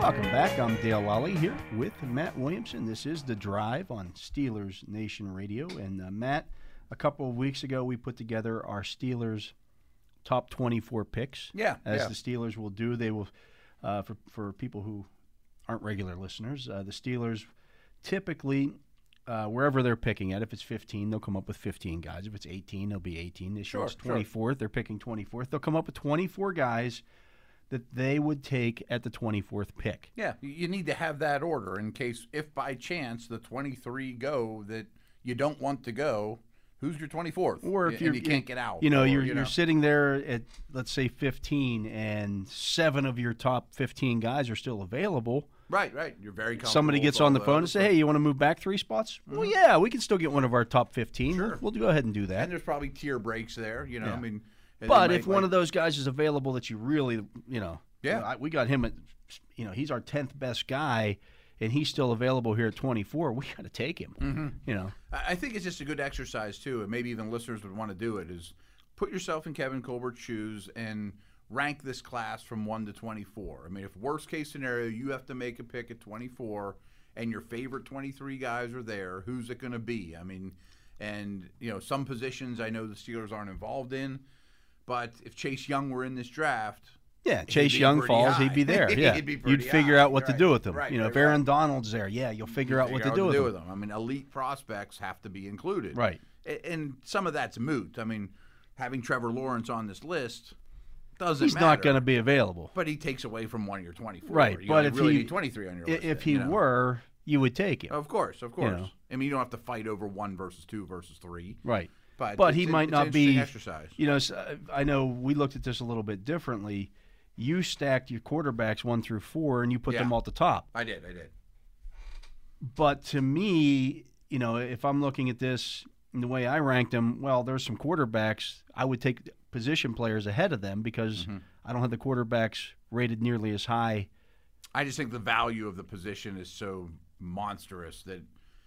Welcome back. I'm Dale Lally here with Matt Williamson. This is The Drive on Steelers Nation Radio. And uh, Matt, a couple of weeks ago, we put together our Steelers top 24 picks. Yeah, As yeah. the Steelers will do, they will, uh, for, for people who aren't regular listeners, uh, the Steelers typically, uh, wherever they're picking at, if it's 15, they'll come up with 15 guys. If it's 18, they'll be 18. This year Sure, it's sure. 24th. They're picking 24th. They'll come up with 24 guys that they would take at the 24th pick. Yeah, you- you need to have that order in case if by chance the 23 go that you don't want to go, who's your 24th? or Y- if and you're, you can't get out. you know, or, you're, you are sitting there at let's say 15, and seven of your top 15 guys are still available. right, right. You're very comfortable Somebody with gets all on the those, phone and say, but- "Hey, you want to move back three spots?" Well, yeah, we can still get one of our top 15. We'll- Mm-hmm. Sure. We'll, go ahead and do that. And there's probably tier breaks there. You know, I mean, and but they if might, one like- of those guys is available that you really, you know, Yeah. you know, I, we got him at, you know, he's our 10th best guy, and he's still available here at 24. We got to take him. Mm-hmm. You know, I I think it's just a good exercise too, and maybe even listeners would want to do it. Is put yourself in Kevin Colbert's shoes and rank this class from one to twenty-four. I mean, if worst case scenario, you have to make a pick at twenty-four, and your favorite twenty-three guys are there. Who's it going to be? I mean, and you know, some positions I know the Steelers aren't involved in, but if Chase Young were in this draft, Yeah, He'd Chase be Young pretty falls, high. he'd be there. He'd Yeah, be you'd pretty figure high, out what to right, do with him. right, you know, right, if Aaron right. Donald's there, yeah, you'll figure out what figure to do with him. I mean, elite prospects have to be included. Right. A- And some of that's moot. I mean, having Trevor Lawrence on this list doesn't He's matter. not going to be available. But he takes away from one of your 24. Right, You but know, if you really he- need 23 on your I- list. If then, he you know. were, you would take him, Of course, of course. know. I mean, you don't have to fight over one versus two versus three. right? But, But it's he an- might it's not an interesting be- Exercise. You know, s- uh, I know we looked at this a little bit differently. You stacked your quarterbacks one through four, and you put Yeah. them all at the top. I did, I did. But to me, you know, if I'm looking at this and the way I ranked them, well, there's some quarterbacks I would take position players ahead of them because I don't have the quarterbacks rated nearly as high. I just think the value of the position is so monstrous that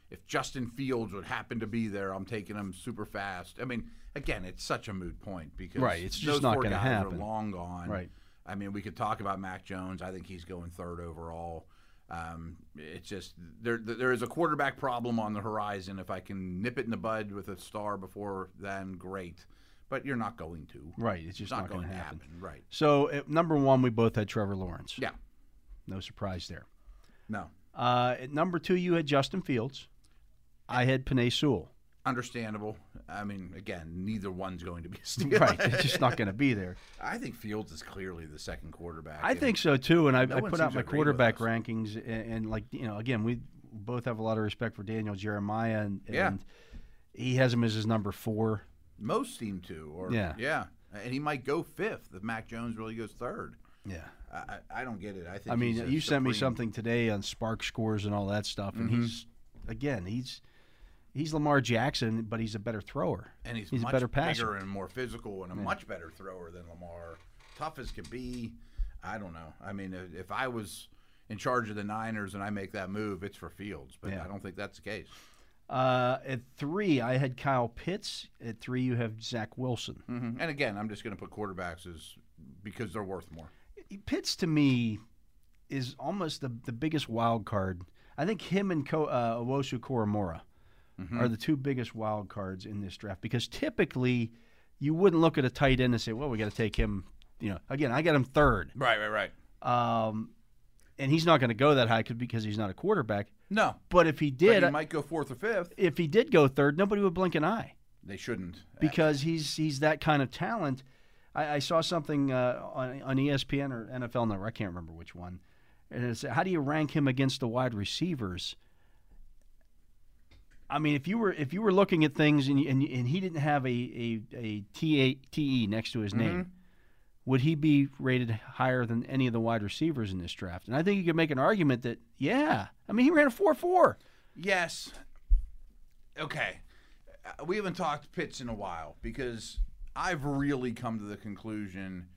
if Justin Fields would happen to be there, I'm taking him super fast. I mean, again, it's such a moot point because Right, it's just those not four gonna guys happen. are long gone. Right. I mean, we could talk about Mac Jones. I think he's going third overall. Um, it's just there. There is a quarterback problem on the horizon. If I can nip it in the bud with a star before then, great. But you're not going to. Right, it's just It's not, not, going, gonna to happen. happen. Right. So at number one, we both had Trevor Lawrence. Yeah. No surprise there. No. Uh, at number two, you had Justin Fields. I had Panay Sewell. Understandable. I mean, again, neither one's going to be a steal. Right, it's just not going to be there. I think Fields is clearly the second quarterback. I and think so too, and I, I one put out seems my to agree with quarterback us. rankings, and, and like you know, again, we both have a lot of respect for Daniel Jeremiah, and, Yeah. and he has him as his number four. most seem to. Or Yeah. yeah, and he might go fifth if Mac Jones really goes third. Yeah, I, I I don't get it. I think. I mean, he's a you sent me supreme- Mm-hmm. something today on spark scores and all that stuff, and he's again, he's he's Lamar Jackson, but he's a better thrower. and he's, he's a much better passer. bigger and more physical and a much better thrower than Lamar. Tough as could be. I don't know. I mean, if, if I was in charge of the Niners and I make that move, it's for Fields. But Yeah. I don't think that's the case. Uh, at three, I had Kyle Pitts. At three, you have Zach Wilson. Mhm. And again, I'm just going to put quarterbacks as because they're worth more. Pitts to me is almost the, the biggest wild card. I think him and Ko, uh, Owosu Koromora Mm-hmm. are the two biggest wild cards in this draft because typically you wouldn't look at a tight end and say, "Well, we got to take him." You know, again, I got him third, Right, right, right. um, and he's not going to go that high 'cause- because he's not a quarterback. No, But if he but did, uh, he might go fourth or fifth. if he did go third, nobody would blink an eye. They shouldn't. because he's he's that kind of talent. I, I saw something uh, on, on ESPN or NFL Network, I can't remember which one, and it's how do you rank him against the wide receivers? I mean, if you were if you were looking at things and and, and he didn't have a a, a T-A- TE next to his name, would he be rated higher than any of the wide receivers in this draft? And I think you could make an argument that yeah, I mean he ran a four four. Yes. Okay. Uh, We haven't talked pits in a while because I've really come to the conclusion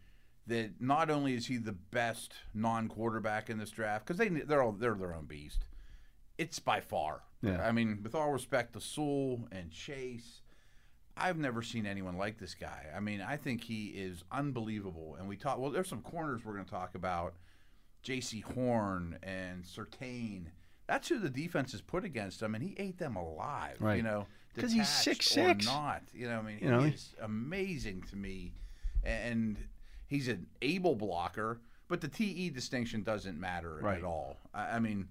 that not only is he the best non-quarterback in this draft because they they're all they're their own beast. It's by far. Yeah. I mean, with all respect to Sewell and Chase, I've never seen anyone like this guy. I mean, I think he is unbelievable. And we talk well. There's some corners we're going to talk about. J.C. Horn and Sertain. That's who the defense is put against him, and he ate them alive. You Right. know, 'Cause he's detached 6'6". or Not you know. I mean, You know, he- he's amazing to me, and he's an able blocker. But the TE distinction doesn't matter Right. at all. I, I mean,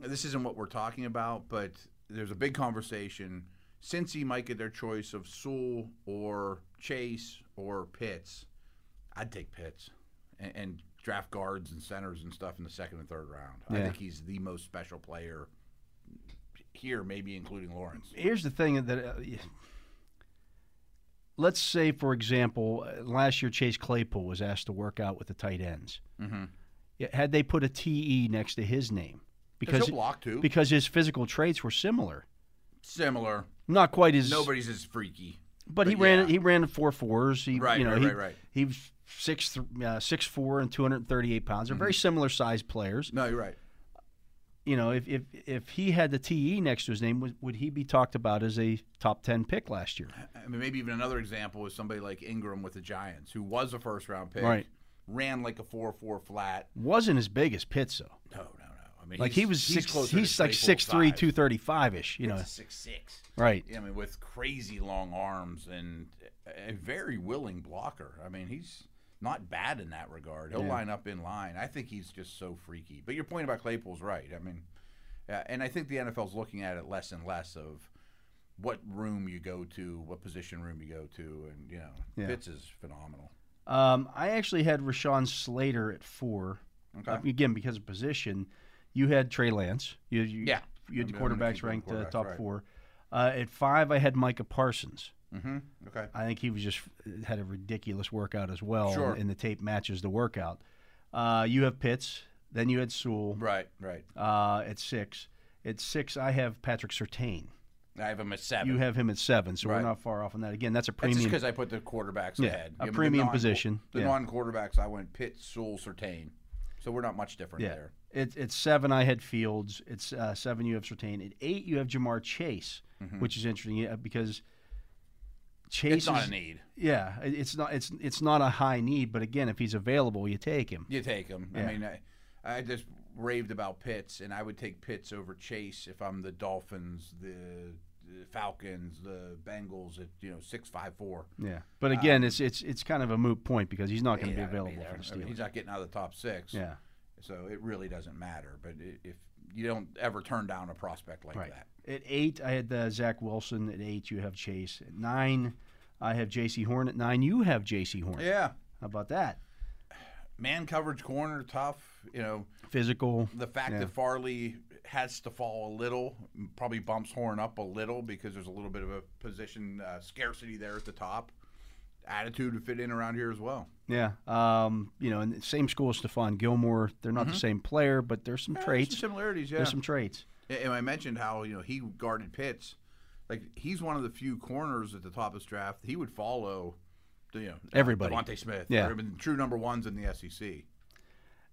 this isn't what we're talking about, but there's a big conversation. Since he might get their choice of Sewell or Chase or Pitts, I'd take Pitts and, and draft guards and centers and stuff in the second and third round. I Yeah. think he's the most special player here, maybe including Lawrence. Here's the thing that. Uh, Let's say, for example, uh, last year Chase Claypool was asked to work out with the tight ends. Mm-hmm. Yeah, Had they put a TE next to his name, because he'll block too. because his physical traits were similar, Similar. not quite as Nobody's as freaky. But he But ran yeah. he ran four fours. He, Right, you know, right, he, right, right. He was six th- uh, six four and two hundred thirty eight pounds. They're very Mm-hmm. similar sized players. No, you're right. You know, if if if he had the TE next to his name, would, would he be talked about as a top ten pick last year? I mean, maybe even another example is somebody like Ingram with the Giants, who was a first round pick, Right. ran like a four four flat. Wasn't as big as Pitts though. No, no, no. I mean, Like he's- he was he's six. He's, closer to like Claypool six three, size. two thirty five ish. You know, six six. right? I mean, with crazy long arms and a very willing blocker. I mean, he's not bad in that regard. He'll line up in line. I think he's just so freaky. But your point about Claypool's right. I mean, uh, and I think the NFL's looking at it less and less of what room you go to, what position room you go to, and you know, Yeah. Fitz is phenomenal. Um, I actually had Rashawn Slater at four. Okay. Uh, again, because of position, you had Trey Lance. You, you, Yeah. You had the I'm gonna quarterbacks keep going ranked uh, quarterbacks, top right. four. Uh, at five, I had Micah Parsons. Mm-hmm. Okay. I think he was just had a ridiculous workout as well, Sure. and the tape matches the workout. Uh, you have Pitts, then you had Sewell Right. Right. uh, at six. At six, I have Patrick Sertain. I have him at seven. You have him at seven, so Right. we're not far off on that. Again, that's a That's just premium. because I put the quarterbacks Yeah, ahead. a I mean, the premium non- position, The yeah. non-quarterbacks, I went Pitt, Sewell, Sertain. So we're not much different Yeah. there. It's it's seven. I had Fields. It's uh, seven. You have Sertain. At eight, you have Jamar Chase, which is interesting yeah, because Chase Mm-hmm. It's not is- a need. Yeah, it- it's not it's it's not a high need, but again, if he's available, you take him. You take him. Yeah. I mean, I, I just raved about Pitts, and I would take Pitts over Chase if I'm the Dolphins, the, the Falcons, the Bengals at you know six five four. Yeah, but Uh, again, it's it's it's kind of a moot point because he's not going to be available for the Steelers. he's not getting out of the top six. yeah, So it really doesn't matter. But i- if you don't ever turn down a prospect like right. that, At eight, I had uh, Zach Wilson. At eight, you have Chase. At nine, I have J.C. Horn. At nine, you have J.C. Horn. yeah, How about that? man coverage corner tough. You know. Physical. the fact Yeah. that Farley has to fall a little probably bumps Horn up a little because there's a little bit of a position uh, scarcity there at the top. Attitude would fit in around here as well. Yeah. Um, you know, and the same school as Stephon Gilmore. They're not the same player, but there's some There's traits. some similarities, Mm-hmm. yeah. There's some traits. And- and I mentioned how you know he guarded Pitts, like he's one of the few corners at the top of his draft he would follow. You know uh, Everybody. Devontae Smith, Yeah. or even true number ones in the E SEC.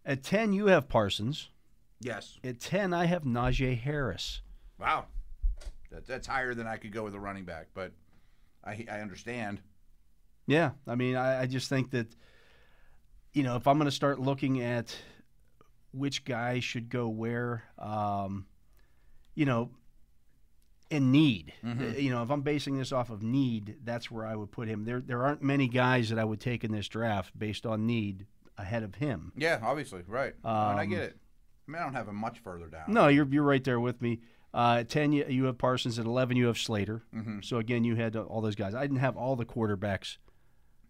At ten, you have Parsons. Yes, At ten, I have Najee Harris. wow, that, that's higher than I could go with a running back, but I I understand. Yeah, I mean, I, I just think that, you know, if I'm going to start looking at which guy should go where, um, you know, in need, Mm-hmm. Uh, you know, if I'm basing this off of need, that's where I would put him. There, there aren't many guys that I would take in this draft based on need ahead of him. Yeah, obviously, right. I, mean, I Um, get it. I mean, I don't have him much further down. No, you're you're right there with me. Uh, at ten, you, you have Parsons. At eleven, you have Slater. Mm-hmm. Hmm. So again, you had uh, all those guys. I didn't have all the quarterbacks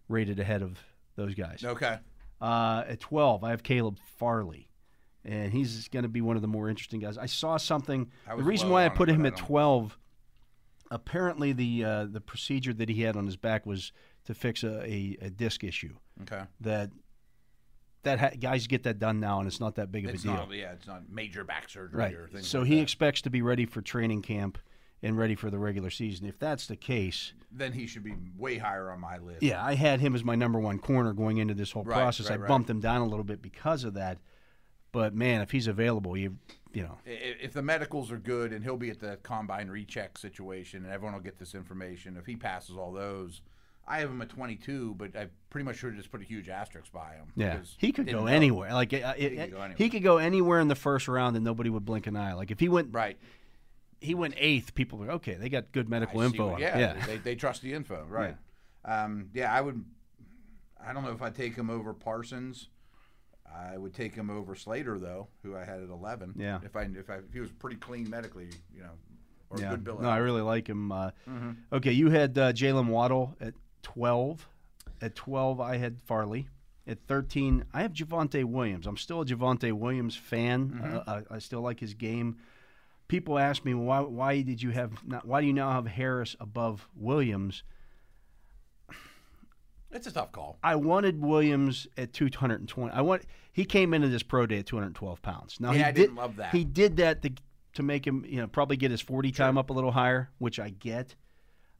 rated ahead of those guys. Okay. Uh, at 12, I have Caleb Farley, and he's going to be one of the more interesting guys. I saw something. I the was reason low why I on him, put but him I at don't- 12 apparently the uh, the procedure that he had on his back was to fix a, a, a disc issue. Okay. That that ha- guys get that done now, and it's not that big of It's a deal. not, yeah, it's not major back surgery Right. or things So like he that. expects to be ready for training camp and ready for the regular season. If that's the case, then he should be way higher on my list. yeah, I had him as my number one corner going into this whole Right, process. right, I right. bumped him down a little bit because of that. But man, if he's available, you you know, I- If the medicals are good and he'll be at the combine recheck situation and everyone will get this information, if he passes all those, I have him at 22, but I pretty much should have just put a huge asterisk by him. yeah, because he could didn't go know. anywhere. Like it, it, could go he could go anywhere in the first round, and nobody would blink an eye. Like if he went Right. he went eighth, people were okay. They got good medical I see info. what- on it. yeah, yeah. They, they trust the info, right? Yeah. Um, yeah, I would. I don't know if I take him over Parsons. I would take him over Slater though, who I had at eleven. Yeah. If I if I if he was pretty clean medically, you know, or Yeah. good bill. Mm-hmm. No, I really like him. Uh, Okay, you had uh, Jalen Waddle at twelve. At twelve, I had Farley. At thirteen, I have Javante Williams. I'm still a Javante Williams fan. Mm-hmm. Uh, I, I still like his game. People ask me why why did you have not, why do you now have Harris above Williams? it's a tough call. I wanted Williams at 220. I want he came into this pro day at 212 pounds. Now he Yeah, I did, didn't love that. He did that to to make him you know probably get his 40 time up a little higher, which I get.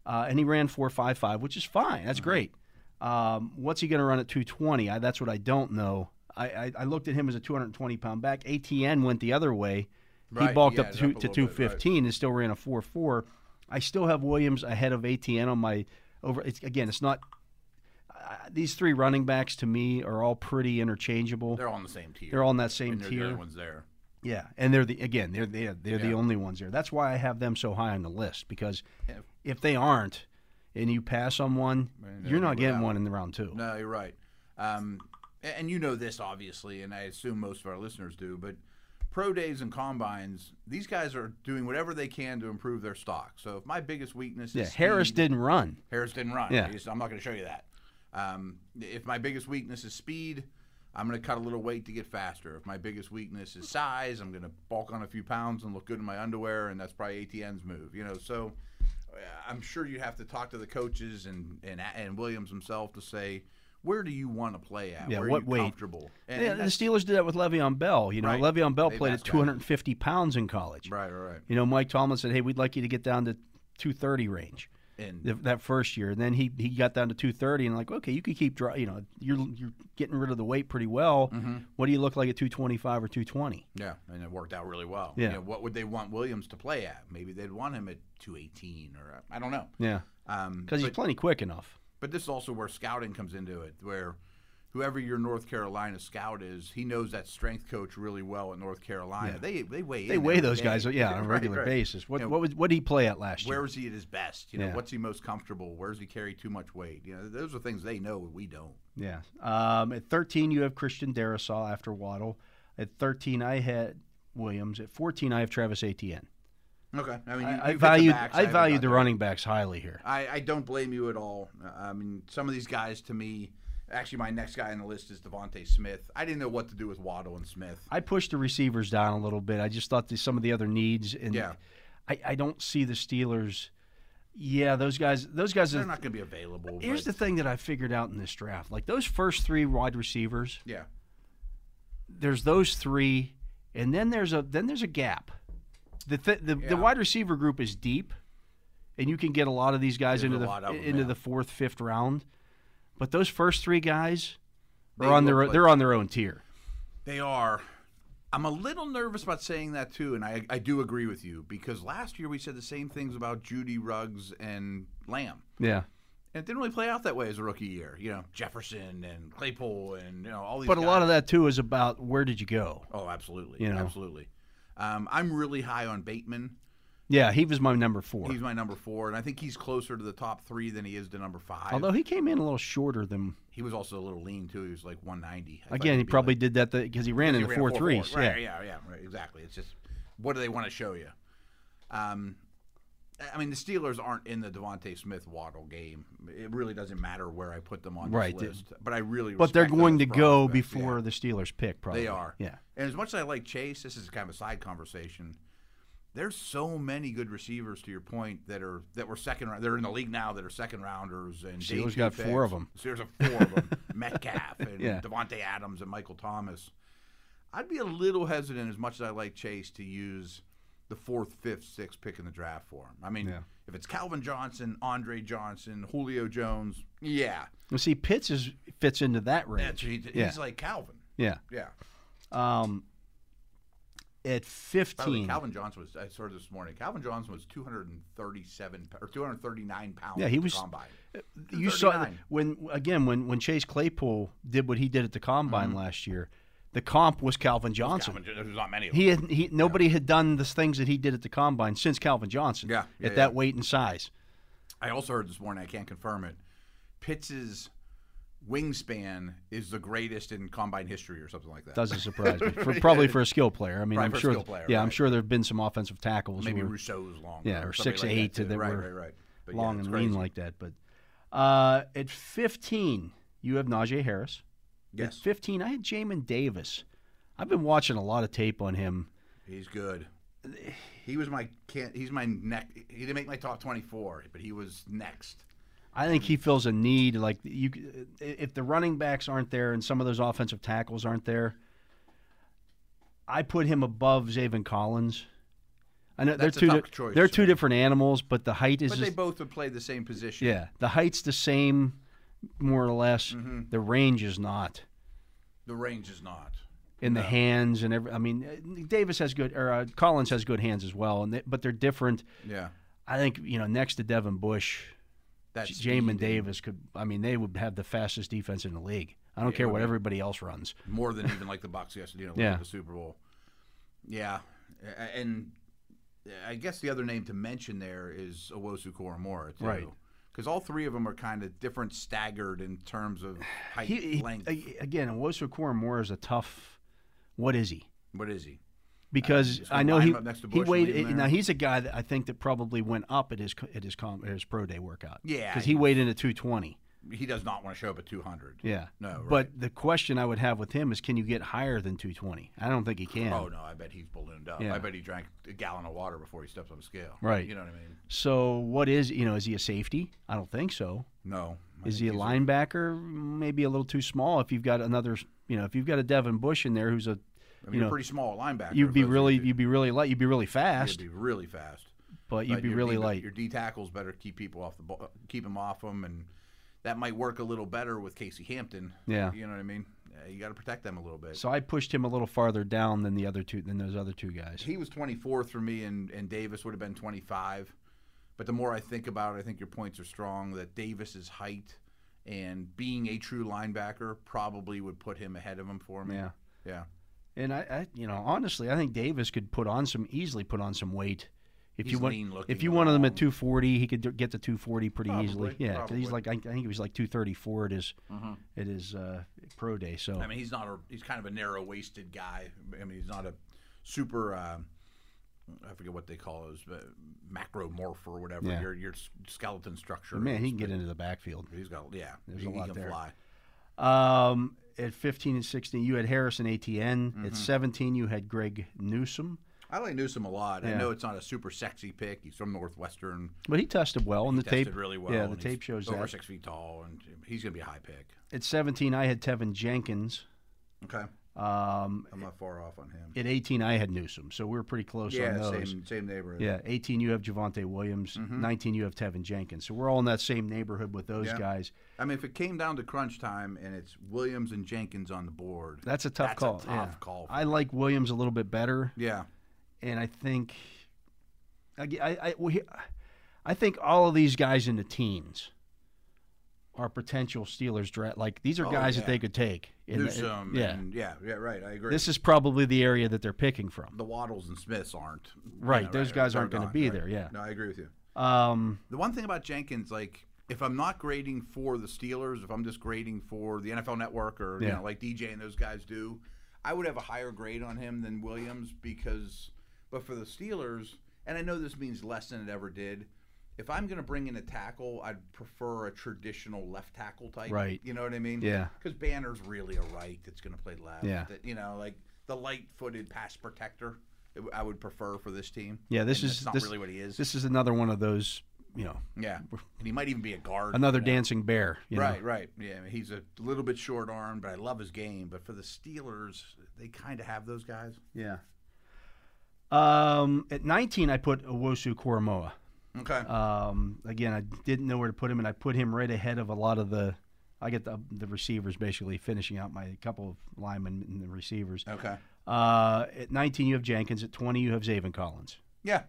Uh, and he ran 455, which is fine. Mm-hmm. That's great. Um, what's he going to run at 220? I, that's what I don't know. I, I, I looked at him as a 220 pound back. ATN went the other way. he Right, bulked yeah, up it's to, up a to little bit, right. 215 and still ran a 4-4. I still have Williams ahead of ATN on my over. It's, again, it's not uh, these three running backs to me are all pretty interchangeable. They're, They're all on the same tier. all in that same and they're The tier. other ones there. Yeah, and they're the again they're they're, they're the Yeah. only ones there. That's why I have them so high on the list because if they aren't, and you pass on one, Man, you're they're not getting without. one in the round two. No, you're right. Um, a- and you know this obviously, and I assume most of our listeners do, but pro days and combines, these guys are doing whatever they can to improve their stock. So if my biggest weakness is yeah, Harris speed- didn't run. Harris didn't run. Yeah. I just- I'm not going to show you that. Um, if my biggest weakness is speed, I'm going to cut a little weight to get faster. If my biggest weakness is size, I'm going to bulk on a few pounds and look good in my underwear, and that's probably ATN's move. You know, so uh, I'm sure you have to talk to the coaches and and, and Williams himself to say where do you want to play at? Yeah, where what are you weight? comfortable? And, Yeah, and the that's- Steelers did that with Le'Veon Bell. You know, Right. Le'Veon Bell They played at messed up. 250 pounds in college. right, right, You know, Mike Tomlin said, "Hey, we'd like you to get down to 230 range." right. And th- that first year. And then he, he got down to 230 and like, okay, you could keep dry, you know, you're you're getting rid of the weight pretty well. What do you look like at 225 or 220? Yeah, and it worked out really well. Yeah. You know, what would they want Williams to play at? Maybe they'd want him at 218 or I don't know. Yeah. Um, Cuz he's plenty quick enough. But this is also where scouting comes into it, where whoever your North Carolina scout is, he knows that strength coach really well at North Carolina. They they weigh They in weigh every those day. guys yeah, on a Right, regular right. basis. What You know, what was what did he play at last year? where is he at his best? You know, Yeah. what's he most comfortable? Where's he carry too much weight? You know, those are things they know we don't. Yeah. Um, at 13 you have Christian Darisaw after Waddle. At 13 I had Williams. At 14 I have Travis Etienne. Okay, I mean, you, I, I you've hit the valued backs, I haven't valued gotten the there. running backs highly here. I, I don't blame you at all. Uh, I mean, some of these guys to me, actually, my next guy on the list is Devonte Smith. I didn't know what to do with Waddle and Smith. I pushed the receivers down a little bit. I just thought that some of the other needs and Yeah. I, I don't see the Steelers. Yeah, those guys. Those guys. They're Are, not going to be available. here's the but- thing that I figured out in this draft: like those first three wide receivers. yeah, There's those three, and then there's a then there's a gap. The th- the, Yeah. the wide receiver group is deep, and you can get a lot of these guys There's into a the lot of them, into yeah. the fourth, fifth round. But those first three guys They are on their look own like- they're on their own tier. They are. I'm a little nervous about saying that too, and I, I do agree with you because last year we said the same things about Judy Ruggs and Lamb, Yeah. and it didn't really play out that way as a rookie year. You know, Jefferson and Claypool and you know all these. But a lot guys. of that too is about where did you go. oh, absolutely, You know. absolutely. Um, I'm really high on Bateman. Yeah, he was my number four. He's my number four, and I think he's closer to the top three than he is to number five. Although he came in a little shorter than he was also a little lean too. He was like 190. I thought again, he'd he be probably did that because he ran in He the ran a four threes. 4-4. Right, yeah. yeah, yeah, right, exactly. It's just what do they want to show you? Um, I mean, the Steelers aren't in the Devonte Smith Waddle game. It really doesn't matter where I put them on this Right. list. But I really, But they're respect going to those go prospects, yeah. before the Steelers pick. Probably They are. Yeah. And as much as I like Chase, this is kind of a side conversation. There's so many good receivers to your point that are that were second round. They're in the league now that are second rounders. And Steelers debut got four picks. of 'em. Steelers have four of them. Metcalf and Yeah. Devontae Adams and Michael Thomas. I'd be a little hesitant, as much as I like Chase, to use the fourth, fifth, sixth pick in the draft for him. I mean, Yeah. if it's Calvin Johnson, Andre Johnson, Julio Jones, yeah, And see, Pitts is fits into that that's, range. he- he's Yeah. like Calvin. Yeah. Yeah. Um, at By the way, fifteen, Calvin Johnson was. I saw this morning. Calvin Johnson was 237 p- or 239 pounds. Yeah, at he the was- Combine. you saw 239. when again when when Chase Claypool did what he did at the combine last year, the comp was Calvin Johnson. Mm-hmm. Calvin, there's not many of them. He had he nobody had done the things that he did at the combine since Calvin Johnson. Yeah, yeah, at yeah. that weight and size. I also heard this morning. I can't confirm it. Pitts's wingspan is the greatest in combine history, or something like that. Doesn't surprise me. For, probably for a skill player. I mean, Probably I'm for a sure. skill player, yeah, I'm right. sure there have been some offensive tackles. maybe who were- Rousseau's long. yeah, or somebody six like to eight that too. that right, were right, right. But yeah, long it's and crazy. lean like that. But uh, at 15, you have Najee Harris. At Yes, 15, I had Jamin Davis. I've been watching a lot of tape on him. he's good. He was my can't. He's my neck. He didn't make my top 24, but he was next. I think he feels a need like you. If the running backs aren't there and some of those offensive tackles aren't there, I put him above Zayvon Collins. I know That's a they're two. tough di- choice, they're two yeah. different animals, but the height is But just- they both would play the same position. Yeah, the height's the same, more or less. Mm-hmm. The range is not The range is not. in the hands and every. I mean, uh, Davis has good or uh, Collins has good hands as well, and they, but they're different. Yeah. I think you know next to Devin Bush, That's Jamin Davis could. I mean, they would have the fastest defense in the league. I don't care what everybody else runs. more than even like the Bucks yesterday, you know, look Yeah. at the Super Bowl. Yeah, A- and I guess the other name to mention there is Owosu Koromora too, Right. Because all three of them are kind of different, staggered in terms of height, He, uh, he length. a- again, Owosu Koromora is a tough. What is he? what is he? Because just gonna I know line he him up next to he Bush and weighed. leave him Now there. he's a guy that I think that probably went up at his co- at his com, his pro day workout. Yeah, because he he- weighed in at two twenty. He does not want to show up at two hundred. Yeah. No, right. But the question I would have with him is can you get higher than 220? I don't think he can. Oh no, I bet he's ballooned up. Yeah. I bet he drank a gallon of water before he steps on the scale. Right. You know what I mean? So what is, you know, is he a safety? I don't think so. No. I Is think he a he's linebacker? Maybe a little too small if you've got another, you know, if you've got a Devin Bush in there who's a I you mean, you are know, pretty small linebacker. you'd be but really you'd you'd be really light, you'd be really be, fast, really fast. but you'd But be your really D- light. Your D tackles better keep people off the ball, keep them off them, and that might work a little better with Casey Hampton. Yeah. you know what I mean. Uh, you got to protect them a little bit. So I pushed him a little farther down than the other two than those other two guys. he was 24 for me, and and Davis would have been 25. But the more I think about it, I think your points are strong. That Davis's height and being a true linebacker probably would put him ahead of him for me. Yeah. yeah. And I, I you know, honestly, I think Davis could put on some easily put on some weight. If you He's want, lean-looking if you wanted him at along. 240, he could d- get to 240 pretty Probably, easily. Yeah, 'cause he's probably. Mm-hmm. like I, I think he was like 234 at his at his uh, pro day. So I mean, he's not a he's kind of a narrow waisted guy. I mean, he's not a super. Uh, I forget what they call those, but macromorph or whatever. Yeah. Your your s- skeleton structure. man, he is- can get into the backfield. he's got yeah. There's he, a he lot can there. fly. Um, at 15 and 16, you had Harrison ATN. Mm-hmm. At 17, you had Greg Newsom, I like Newsom a lot. I Yeah. know it's not a super sexy pick. He's from Northwestern. but he tested well and the tested tape really well. Yeah, and the he's tape shows over that. six feet tall, and he's going to be a high pick. At 17, I had Tevin Jenkins. Okay, Um, I'm not far off on him. at 18, I had Newsom, so we were pretty close on yeah, those. same same neighborhood. Yeah, 18 you have Javante Williams, 19 you have Tevin Jenkins. So we're all in that same neighborhood with those Mm-hmm. Yeah. guys. I mean, if it came down to crunch time and it's Williams and Jenkins on the board, That's a tough That's a call. tough yeah. call for I like Williams a little bit better, yeah. and I think I ge- I I, well, he- I think all of these guys in the teens are potential Steelers draft. Like these are Oh, guys yeah. that they could take. in the- Newsom. yeah. um, and, yeah, yeah, right. I agree. This is probably the area that they're picking from. the Waddles and Smiths aren't. you Right, know, those guys they're aren't gonna gone, be there, yeah. No, I agree with you. Um, The one thing about Jenkins, like, if I'm not grading for the Steelers, if I'm just grading for the NFL Network or you Yeah. know, like DJ and those guys do, I would have a higher grade on him than Williams because. But for the Steelers, and I know this means less than it ever did. If I'm going to bring in a tackle, I'd prefer a traditional left tackle type. Right. You know what I mean? Yeah. Because Banner's really a right that's going to play left. Yeah. that- you know, like the light-footed pass protector. I would prefer for this team. Yeah, this And is that's not this, really what he is. This is another one of those, you know, yeah, and he might even be a guard. another dancing bear. You Right, Know? right. Yeah, I mean, he's a little bit short armed, but I love his game. But for the Steelers, they kind of have those guys. Yeah. Um, at 19, I put Owosu Koromoa. Okay. Um, again, I didn't know where to put him, and I put him right ahead of a lot of the. I get the, the receivers basically finishing out my couple of linemen and the receivers. okay. Uh, at 19, you have Jenkins. At 20, you have Zaven Collins. Yeah,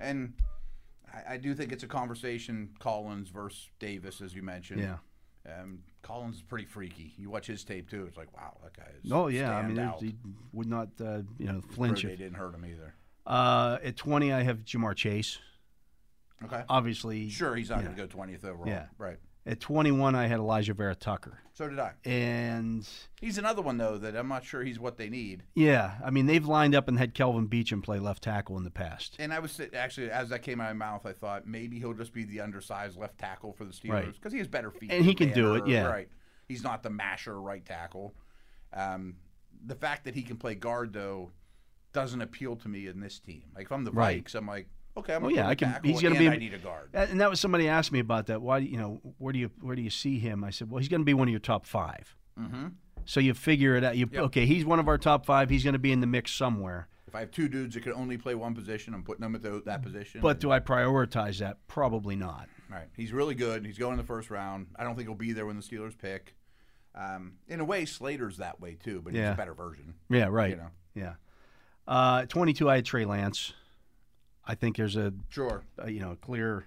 and I, I do think it's a conversation Collins versus Davis, as you mentioned. Yeah. Um, Collins is pretty freaky. You watch his tape too. It's like, wow, that guy is. Oh yeah, I mean, standout. he would not uh, you know Roday flinch. If, didn't hurt him either. uh, at 20, I have Jamar Chase. Okay. Obviously, Sure, he's not Uh, yeah. going to go twentieth overall. Yeah. Right. At 21, I had Elijah Vera Tucker. So did I. And He's another one though that I'm not sure he's what they need. yeah, I mean, they've lined up and had Kelvin Beecham play left tackle in the past. And I was sit- actually as that came out of my mouth, I thought maybe he'll just be the undersized left tackle for the Steelers Right. because he has better feet And he can do Manner, it, yeah. right. He's not the masher right tackle. Um, the fact that he can play guard though doesn't appeal to me in this team. Like if I'm the Right. Vikes, I'm like, okay, I'm Oh, gonna yeah, put him I can- Tackle, he's gonna and be- I need a guard. That- And that was somebody asked me about that. Why, do you know, where do you where do you see him? I said, well, he's going to be one of your top five. hmm So you figure it out. You Yep. okay? He's one of our top five. He's going to be in the mix somewhere. If I have two dudes that can only play one position, I'm putting them at tho- that position. But do I prioritize that? Probably not. All right. He's really good. He's going in the first round. I don't think he'll be there when the Steelers pick. Um, in a way, Slater's that way too, but he's Yeah. a better version. Yeah, right. You know, Yeah. Uh, 22, I had Trey Lance. I think there's a, sure. a you know a clear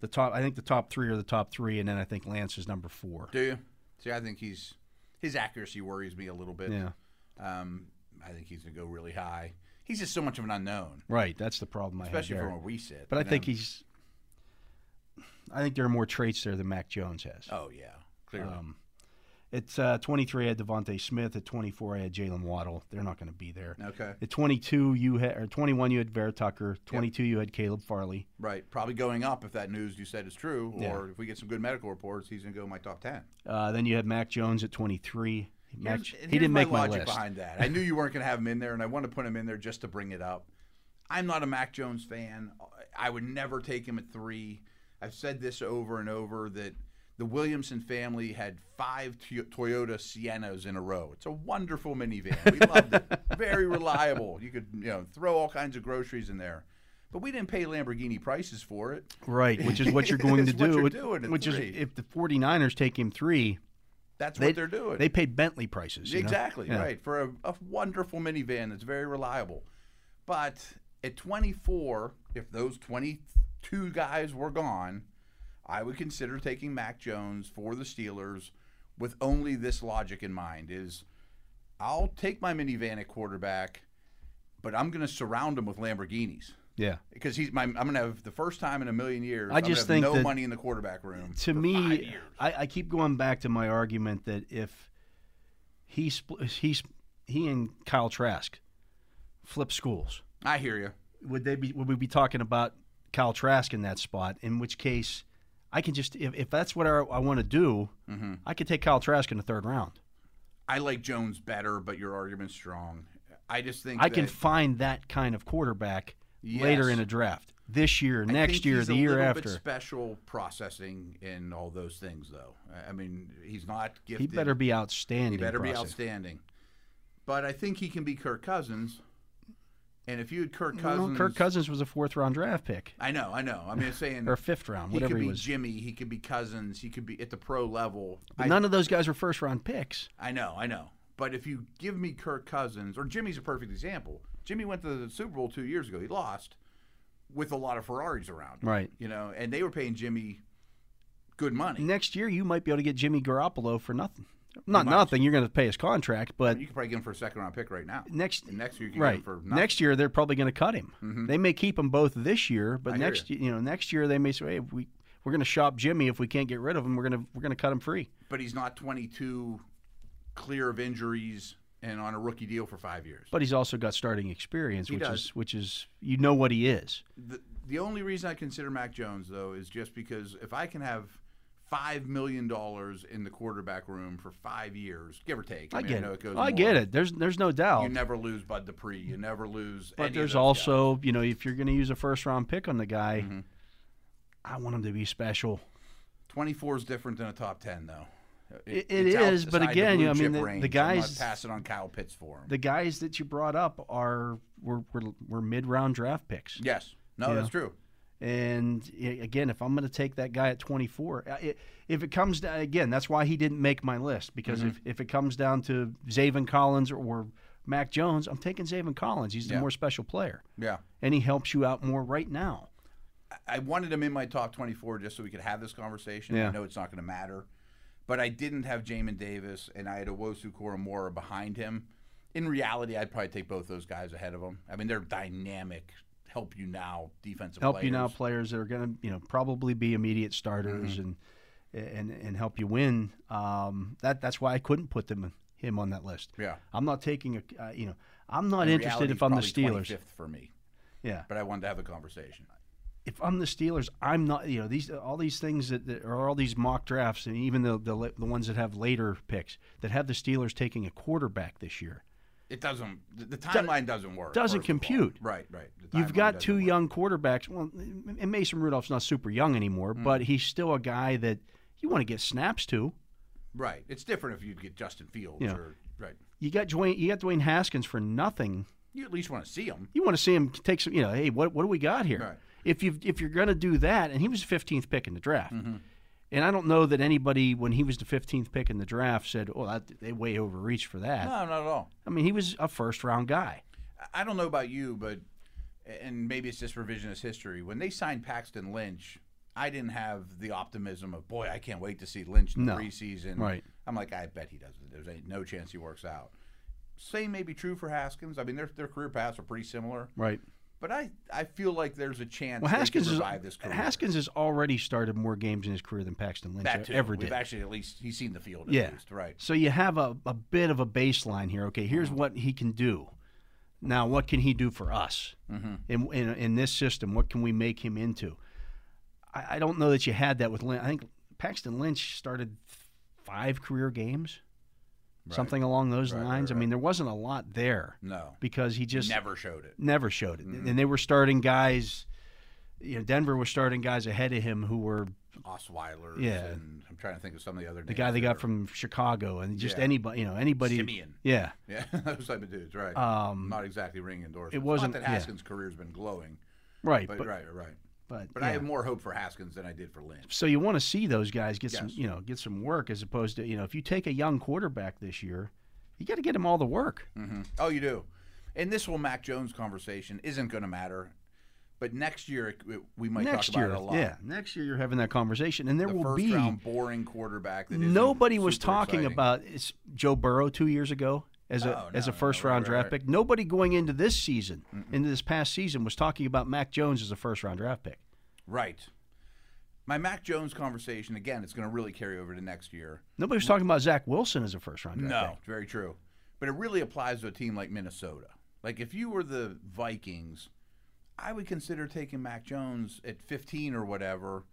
the top. I think the top three are the top three, and then I think Lance is number four. Do you? See, I think he's his accuracy worries me a little bit. Yeah, Um, I think he's gonna go really high. He's just so much of an unknown, right. That's the problem I especially have from there. a reset. but I you know? think he's. I think there are more traits there than Mac Jones has. Oh yeah, clearly. Um, at uh, 23, I had Devontae Smith. At 24, I had Jalen Waddle. They're not going to be there. okay. At 22, you had or 21, you had Vera Tucker. 22, you had Caleb Farley. Right. Probably going up if that news you said is true, or Yeah. if we get some good medical reports, he's gonna go in my top ten. Uh, then you had Mac Jones at 23. Mac, Here's- he and here's didn't make my list. logic behind that. I knew you weren't going to have him in there, and I want to put him in there just to bring it up. I'm not a Mac Jones fan. I would never take him at three. I've said this over and over that the Williamson family had five Toy- Toyota Siennas in a row. It's a wonderful minivan. We loved it. Very reliable. You could you know throw all kinds of groceries in there, but we didn't pay Lamborghini prices for it. Right, which is what you're going to It's what do. you're which- doing at which three. is if the 49ers take him three, That's they, what they're doing. They paid Bentley prices. you know? Exactly, Yeah. right. For a, a wonderful minivan that's very reliable. But at 24, if those 22 guys were gone, I would consider taking Mac Jones for the Steelers with only this logic in mind is I'll take my minivan at quarterback, but I'm going to surround him with Lamborghinis. Yeah. Because he's my, I'm gonna have the first time in a million years. I I'm gonna just have think no that- money in the quarterback room. To me, I, I keep going back to my argument that if he spl- he sp- he and Kyle Trask flip schools, I hear you. would they be would we be talking about Kyle Trask in that spot? In which case, I can just if, if that's what I, I want to do, Mm-hmm. I could take Kyle Trask in the third round. I like Jones better, but your argument's strong. I just think I can that- find that kind of quarterback later Yes. in a draft. This year, I next think year, he's the a year little after. Bit special processing in all those things, though. I- I mean, he's not he gifted. better be outstanding. He better be process. outstanding. But I think he can be Kirk Cousins. And if you had Kirk Well, Cousins, Kirk Cousins was a fourth round draft pick I know, I know. I mean, I'm saying or fifth round, he could whatever be he was. Jimmy. He could be Cousins. He could be at the pro level. But none of those guys were first round picks. I know, I know. But if you give me Kirk Cousins, or Jimmy's a perfect example. Jimmy went to the Super Bowl two years ago. He lost with a lot of Ferraris around. him, Right. You know, and they were paying Jimmy good money. Next year, you might be able to get Jimmy Garoppolo for nothing. Not nothing. You're going to pay his contract, but You could probably get him for a second round pick right now. next And next year you can get right him for nothing. Mm-hmm. next year they're probably going to cut him. They may keep him both this year, but I hear next you. you know next year they may say hey, we we're going to shop Jimmy if we can't get rid of him. We're going to we're going to cut him free. But he's not 22, clear of injuries, and on a rookie deal for five years. But he's also got starting experience, He which does. is which is you know what he is. The, the only reason I consider Mac Jones though is just because if I can have five million dollars in the quarterback room for five years, give or take. I, mean, get know it. it goes. I more. get it. There's there's no doubt. You never lose Bud Dupree. You never lose. but any of there's those guys. Mm-hmm. also you know if you're going to use a first round pick on the guy, I want him to be special. 24 is different than a top 10, though. It- it it's out- is, but outside the again, blue I mean, chip the- the range. I'm guys- not passing on Kyle Pitts for him. The guys that you brought up are were were, were mid round draft picks. yes, no, Yeah. that's true. And i- again, if I'm going to take that guy at 24, I- i- if it comes down, again, that's why he didn't make my list because Mm-hmm. if, if it comes down to Zaven Collins or, or Mac Jones, I'm taking Zaven Collins. He's the Yeah. more special player, Yeah, and he helps you out more right now. I- I wanted him in my top 24 just so we could have this conversation. I Yeah. know it's not going to matter, but I didn't have Jamin Davis and I had Owosu Koromora behind him. In reality, I'd probably take both those guys ahead of him. I mean, they're dynamic, help you now defensive Help players. Mm-hmm. you now players that are going to you know probably be immediate starters and and and help you win. Um, that that's why I couldn't put them him on that list. Yeah. I'm not taking a uh, you know I'm not In interested reality, if I'm the he's Steelers. probably 25th for me, Yeah. but I wanted to have a conversation. if I'm the Steelers, I'm not. You know these all these things that, that are all these mock drafts, and even the, the la- the ones that have later picks that have the Steelers taking a quarterback this year. It doesn't. The, the timeline doesn't work. doesn't first of all. compute. Right, right. The You've timeline got doesn't two work. young quarterbacks. Well, and Mason Rudolph's not super young anymore, Mm. but he's still a guy that you want to get snaps to. Right. It's different if you get Justin Fields Yeah. or right. You got Dwayne, you got Dwayne Haskins for nothing. You at least want to see him. You want to see him take some. You know, hey, what what do we got here? Right. If you if you're gonna do that, and he was the 15th pick in the draft. Mm-hmm. And I don't know that anybody, when he was the 15th pick in the draft, said, "Oh, that, they way overreached for that." No, not at all. I mean, he was a first round guy. I- I don't know about you, but and maybe it's just revisionist history. When they signed Paxton Lynch, I didn't have the optimism of boy, I can't wait to see Lynch in the No. preseason. Right. I'm like, I bet he doesn't. There's ain't no chance he works out. Same may be true for Haskins. I mean, their their career paths are pretty similar. Right. But I, I feel like there's a chance. Well, they could Haskins is revive this career. Haskins has already started more games in his career than Paxton Lynch That too. ever We've did. actually at least he's seen the field at Yeah. least, right? So you have a, a bit of a baseline here. Okay, Uh-huh. here's what he can do. Now, what can he do for us Mm-hmm. in, in in this system? What can we make him into? I, I don't know that you had that with Lynch. I think Paxton Lynch started five career games, something along those Right, right, lines. I right. mean, there wasn't a lot there No, because he just never Mm-hmm. showed it. never showed it. And they were starting guys. You know, Denver was starting guys ahead of him who were Osweiler. Yeah. and I'm trying to think of some of the other. the guy they got from Chicago and just Yeah. anybody. You know, anybody. Simeon. Yeah. Yeah, those type of dudes, right? Um, Not exactly ringing endorsements. it Not wasn't- that yeah. Haskins' career's been glowing, Right. but, But right, right. but, But yeah. I have more hope for Haskins than I did for Lynch. so you want to see those guys get some Yes. you know get some work as opposed to you know if you take a young quarterback this year you got to get him all the work Mhm. Oh, you do. And this whole Mac Jones conversation isn't going to matter. But next year it- it- we might next talk year about it a lot. yeah next year you're having that conversation and there The will first be round boring quarterback. That isn't nobody was super talking exciting. about it's Joe Burrow 2 years ago as a Oh, as no, a no, first right, round right, draft right. pick nobody going into this season into this past season was talking about Mac Jones as a first round draft pick Right. My Mac Jones conversation again. It's going to really carry over to next year. nobody was talking about Zach Wilson as a first round draft Mm. No, pick it's very true. But it really applies to a team like Minnesota. Like if you were the Vikings, I would consider taking Mac Jones at 15 or whatever.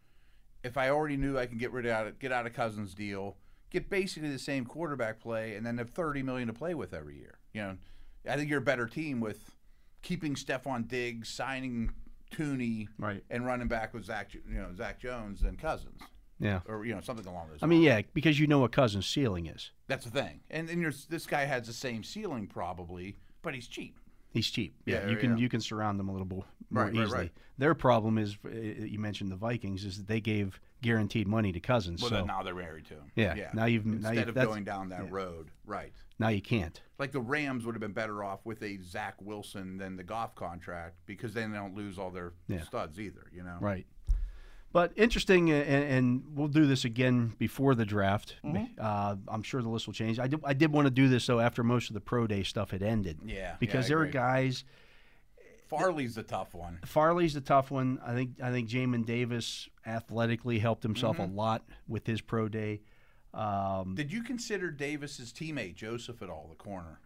If I already knew I can get rid of get out of Cousins' deal, get basically the same quarterback play, and then have 30 million to play with every year. You know, I think you're a better team with keeping Stephon Diggs, signing Tooney, Right. and running back with Zach, you know, Zach Jones than Cousins, yeah or you know, something along those. I mean yeah because you know what Cousins ceiling is That's the thing. And and you're, this guy has the same ceiling probably, but he's cheap. He's cheap. Yeah, Yeah, you yeah, can yeah. you can surround them a little bo- more Right, right, easily. right. Their problem is uh, you mentioned the Vikings is that they gave guaranteed money to Cousins. Well, so then now they're married to him. Yeah, now you've- now instead you've- of that's- going down that road, right? now you can't. Like the Rams would have been better off with a Zach Wilson than the Goff contract because then they don't lose all their Yeah. studs either. You know, Right. But interesting, and, and we'll do this again before the draft. Mm-hmm. Uh, I'm sure the list will change. I did, I did want to do this though after most of the pro day stuff had ended. Yeah, yeah, because I there are agree. guys. Farley's the tough one. Farley's the tough one. I think I think Jamin Davis athletically helped himself Mm-hmm. a lot with his pro day. Um, Did you consider Davis's teammate Joseph at all the corner?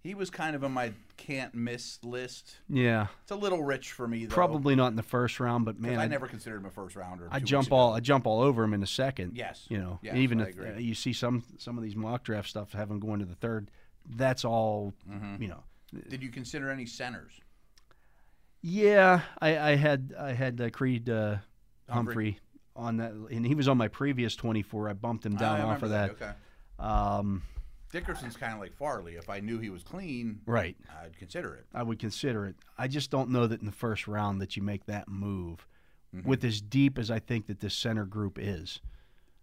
He was kind of on my can't miss list. Yeah, It's a little rich for me, though. probably not in the first round, but 'cause man, I I, never considered him a first rounder. I two jump weeks ago. all I jump all over him in the second. Yes. you know, Yes, even I if agree. uh, you see some some of these mock draft stuff have him going to the third, that's all you know. Mm-hmm. Did you consider any centers? Yeah, I, I had I had uh, Creed uh, Humphrey on that, and he was on my previous twenty four. I bumped him down I off remember of that. Okay. Um, Dickerson's kind of like Farley. If I knew he was clean, right, I'd consider it. I would consider it. I just don't know that in the first round that you make that move Mm-hmm. with as deep as I think that this center group is.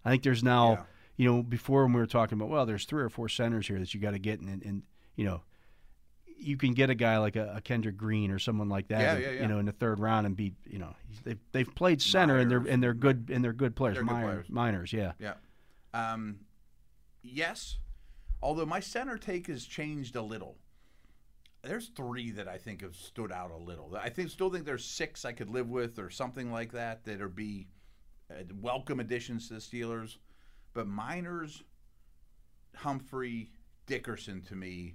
I think there's now, Yeah. you know, before when we were talking about, well, there's three or four centers here that you got to get, and, and you know, you can get a guy like a, a Kendrick Green or someone like that, Yeah, in- yeah, yeah. you know, in the third round and be, you know, they've, they've played center and they're and they're good and they're good players, They're good minor- players. minors, yeah. Yeah. Um, yes. Although my center take has changed a little. There's three that I think have stood out a little. I think still think there's six I could live with or something like that that are be uh, welcome additions to the Steelers. But Miners, Humphrey, Dickerson to me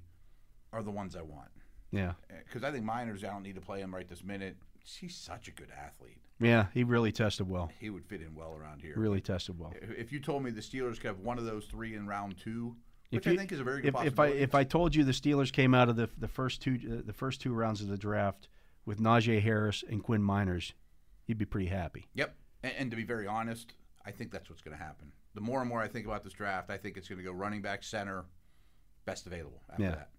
are the ones I want yeah, because I think Miners I don't need to play him right this minute. He's such a good athlete. yeah. He really tested well, He would fit in well around here. really tested well. If you told me the Steelers could have one of those three in round two, which If you- I think is a very good if, if I possibility. if I told you the Steelers came out of the the first two uh, the first two rounds of the draft with Najee Harris and Quinn Miners, you'd be pretty happy. yep. And, and to be very honest, I think that's what's going to happen. The more and more I think about this draft, I think it's going to go running back, center, best available after Yeah. that,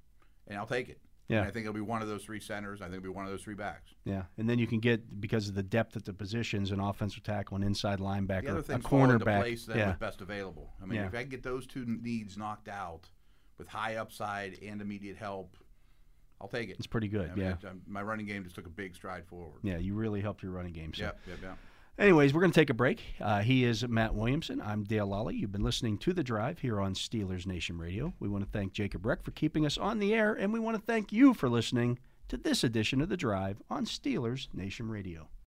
and I'll take it. Yeah. And I think it'll be one of those three centers. I think it'll be one of those three backs. Yeah, and then you can get because of the depth at the positions an offensive tackle, an inside linebacker, The other a things fall into place cornerback. then Yeah, with best available. I mean, Yeah. if I can get those two needs knocked out with high upside and immediate help, I'll take it. it's pretty good. I mean, yeah, I- I- my running game just took a big stride forward. yeah, you really helped your running game. So. Yep, yep, yep. Anyways, we're going to take a break. Uh, he is Matt Williamson. I'm Dale Lally. You've been listening to The Drive here on Steelers Nation Radio. We want to thank Jacob Reck for keeping us on the air, and we want to thank you for listening to this edition of The Drive on Steelers Nation Radio.